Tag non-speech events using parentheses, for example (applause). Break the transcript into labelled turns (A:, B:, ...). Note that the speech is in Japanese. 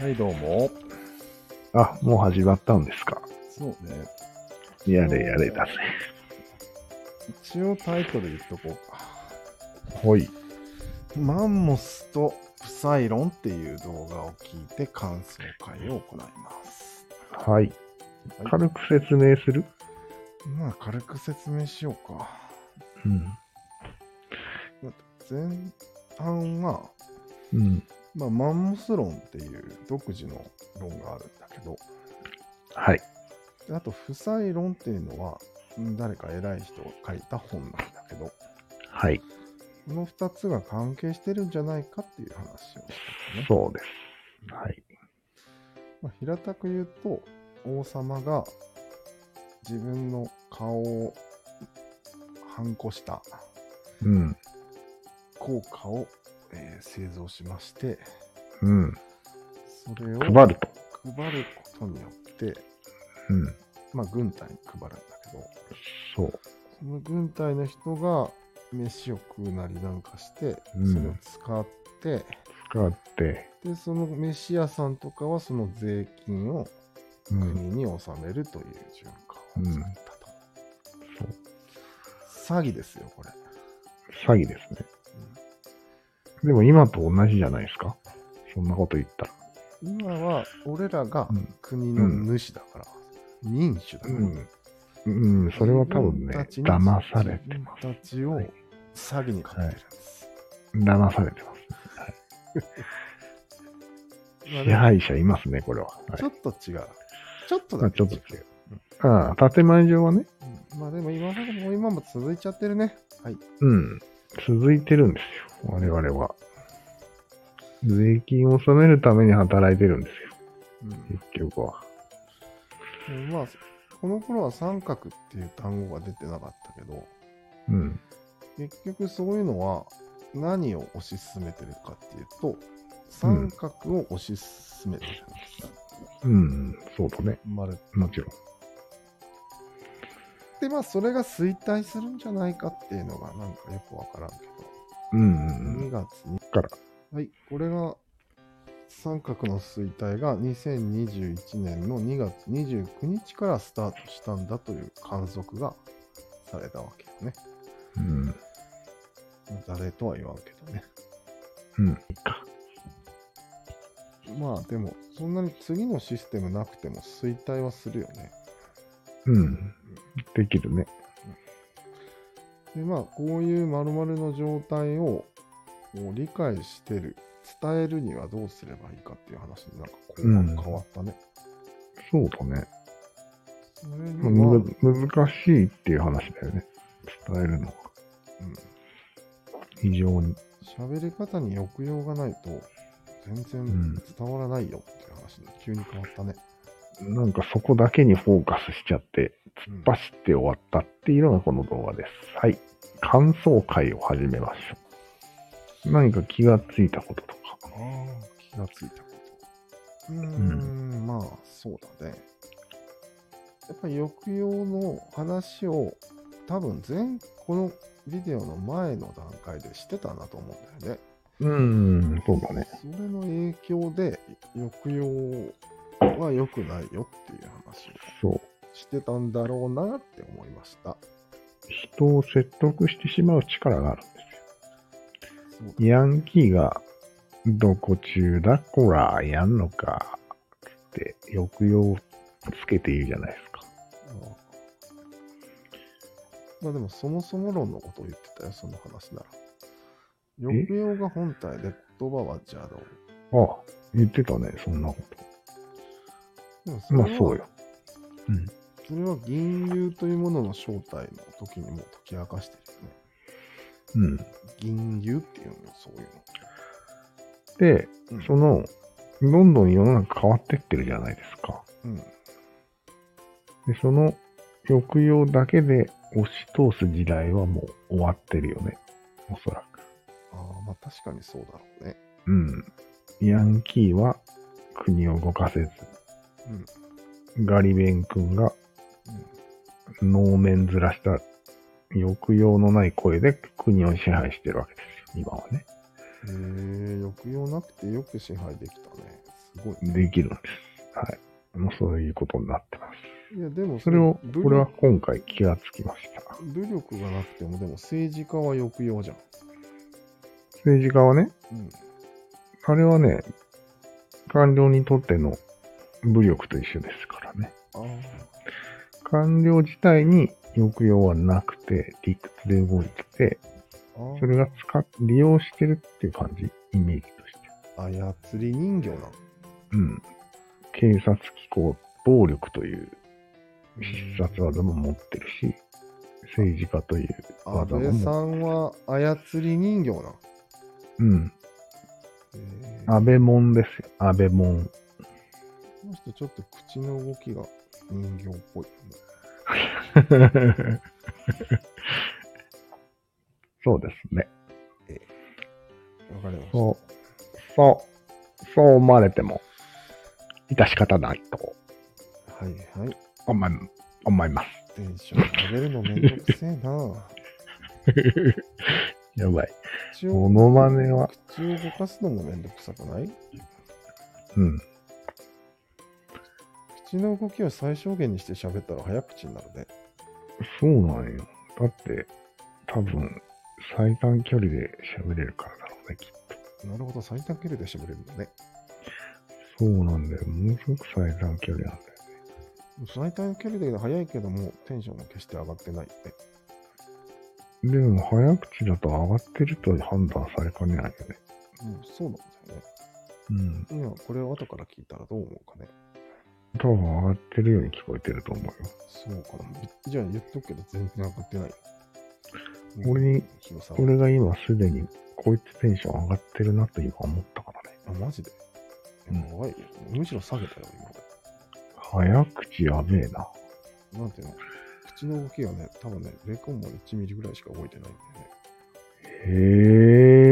A: はい、どうも。
B: あ、もう始まったんですか。
A: そうね。
B: やれやれだぜ。
A: 一応タイトル言っとこうか。
B: ほい。
A: マンモスとプサイロンっていう動画を聞いて感想会を行います。
B: は
A: は
B: い。
A: い
B: 軽く説明する、
A: まあ、軽く説明しようか。
B: うん。
A: 前半は、
B: うん。
A: まあ、マンモス論っていう独自の論があるんだけど、
B: はい。
A: であと、不採論っていうのは、うん誰か偉い人が書いた本なんだけど、
B: はい。
A: この2つが関係してるんじゃないかっていう話をしたね。
B: そうです。はい。
A: まあ、平たく言うと王様が自分の顔をハンコした
B: うん。
A: 硬貨を、えー製造しまして
B: うん。
A: それを
B: 配ると。
A: 配ることによって、
B: うん。
A: まあ、軍隊に配るんだけど
B: そう。
A: その軍隊の人が飯を食うなりなんかして
B: うん
A: それを使って、
B: 使って、
A: でその飯屋さんとかはその税金を
B: うん。
A: 国に納めるという循環を作ったと、
B: そう。
A: 詐欺ですよこれ
B: 詐欺ですね。でも今と同じじゃないですか。そんなこと言ったら。
A: 今は俺らが
B: うん
A: 国の主だから、民主だから、
B: うん。うん、それは多分ね、
A: 自分
B: 騙
A: たちに
B: されてます。
A: 自分たちを
B: はい
A: 詐欺にかけてるんです、
B: 騙されてます。
A: まあで
B: 支
A: も
B: 配者いますね、これは。はい
A: ちょっと違うちょっと
B: ま
A: だ
B: あ、
A: け
B: ちょっと違う。ああ、建前上はね、
A: うんまあでも今までも今も続いちゃってるねはい
B: うん、続いてるんですよ、我々は。税金を納めるために働いてるんですよ、
A: うん
B: 結局は。
A: でもまあこの頃は三角っていう単語が出てなかったけど
B: うん、
A: 結局そういうのは何を推し進めてるかっていうと三角を推し進めてるんです、
B: うん、そうだね、
A: 丸っ
B: もちろん。
A: でまあそれが衰退するんじゃないかっていうのがなんかよくわからんけ
B: うん、う
A: ど、
B: ん、
A: 2
B: うん、
A: 月に
B: から
A: はいこれが三角の衰退が2021年の2月29日からスタートしたんだという観測がされたわけよね
B: うん、
A: まあ誰とは言わんけどね
B: うん、いいか。
A: まあでもそんなに次のシステムなくても衰退はするよね
B: うん、できるね。
A: でまあこういう丸々の状態をこう理解してる伝えるにはどうすればいいかっていう話になんかこう
B: うん
A: 変わったね、
B: そうだね。
A: それに
B: まあ
A: は、
B: む
A: うん
B: ず難しいっていう話だよね、伝えるのは。非常に。
A: 喋り方に抑揚がないと全然伝わらないよっていう話に急に変わったね、
B: なんかそこだけにフォーカスしちゃって、
A: うん
B: バシって終わったっていうのがこの動画です。はい。感想会を始めましょう。何か気がついたこととか。
A: 気がついたことうーんまあそうだねやっぱり抑揚の話を多分前このビデオの前の段階でしてたなと思うんだよね
B: うーん、そうだね。
A: それの影響で抑揚は良くないよっていう話を
B: そう。
A: してたんだろうなって思いました。
B: 人を説得してしまう力があるんで
A: そう
B: すよ。ヤンキーが、どこ中だこら、やんのか、つって、抑揚をつけているじゃないですか。
A: だなまあでもそもそも論のことを言ってたよ、その話なら。抑揚が本体で言葉は邪道。
B: ああ、言ってたね、そんなこ
A: でもそ
B: と。
A: れ
B: ま
A: は
B: あ、そうよ。うん。
A: それは銀流というものの正体の時にもう解き明かしてるよね。
B: うん。
A: 銀流っていうのもそういうの。
B: で、
A: うん
B: その、どんどん世の中変わってってるじゃないですか。
A: うん。
B: で、その抑揚だけで押し通す時代はもう終わってるよね。おそらく。
A: ああ、まあ確かにそうだろうね。
B: うん。ヤンキーは国を動かせず、
A: うん。
B: ガリベン君が能面ずらした抑揚のない声で国を支配してるわけですよ。今はね。
A: うん、へえ抑揚なくてよく支配できたね。すすごい。
B: できるんです。はい。もうそういうことになってま
A: いや、でも
B: す。それを、
A: 武
B: これは
A: 力
B: 今回気がつきました。
A: 武力がなくても、でも政治家は抑揚じゃん。
B: 政治家はね、
A: うん。
B: あれはね、官僚にとっての武力と一緒ですからね。
A: あ
B: 官僚自体に抑揚はなくて、理屈で動いてて、
A: あー。
B: それが使っ利用してるっていう感じ、イメージとして。
A: 操り人形なの。
B: うん。警察機構、暴力という必殺技も持ってるし、政治家という
A: 安
B: 技も
A: 倍さ
B: 持って
A: んは操り人形なの。
B: うん。
A: えー
B: 安倍もんですよ。安倍もん。
A: この人ちょっと口の動きが人形っぽいよね。
B: (laughs) そうですね。
A: わかりました。
B: そう。そう。そう思われても、致し方ないと
A: はいはい。
B: 思い思います。 (laughs)
A: テンション上げるのめんどくせえな。
B: やばい。
A: 口
B: モ
A: を
B: ノマネは、
A: 口を動かすのもめんどくさくない
B: うん。
A: 口の動きを最小限にして喋ったら早口になるね。
B: そうなんよ。だって、多分、最短距離で喋れるからだろうね、きっと。
A: なるほど、最短距離で喋れるんだね。
B: そうなんだよ。ものすごく最短距離なんだよ。
A: 最短距離で早いけども、テンションも決して上がってないよね。
B: でも、早口だと上がってると判断されかねないよね。
A: うん、そうなんだよね。
B: うん。
A: 今、これを後から聞いたらどう思うかね。
B: 多分上がってるように聞こえてると思うよ。
A: そうかな。ぶじゃあ言っとくけど、全然上がってない。
B: 俺に
A: 広さは、
B: これが今すでに、こいつテンション上がってるなと今思ったから
A: あ、
B: ね。
A: マジで。
B: うん
A: 怖いよ。むしろ下げたよ、今。
B: 早口やべえな。
A: なんていうの口の動きがね、多分ね、0コンマ1ミリぐらいしか動いてないんだよね。
B: へ